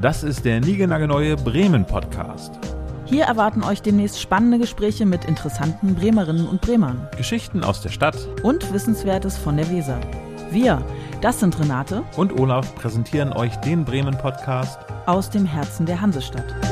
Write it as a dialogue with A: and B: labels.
A: Das ist der niegelnagelneue Bremen-Podcast.
B: Hier erwarten euch demnächst spannende Gespräche mit interessanten Bremerinnen und Bremern
A: Geschichten aus der Stadt
B: und Wissenswertes von der Weser. Wir, das sind Renate
A: und Olaf präsentieren euch den Bremen-Podcast
B: aus dem Herzen der Hansestadt.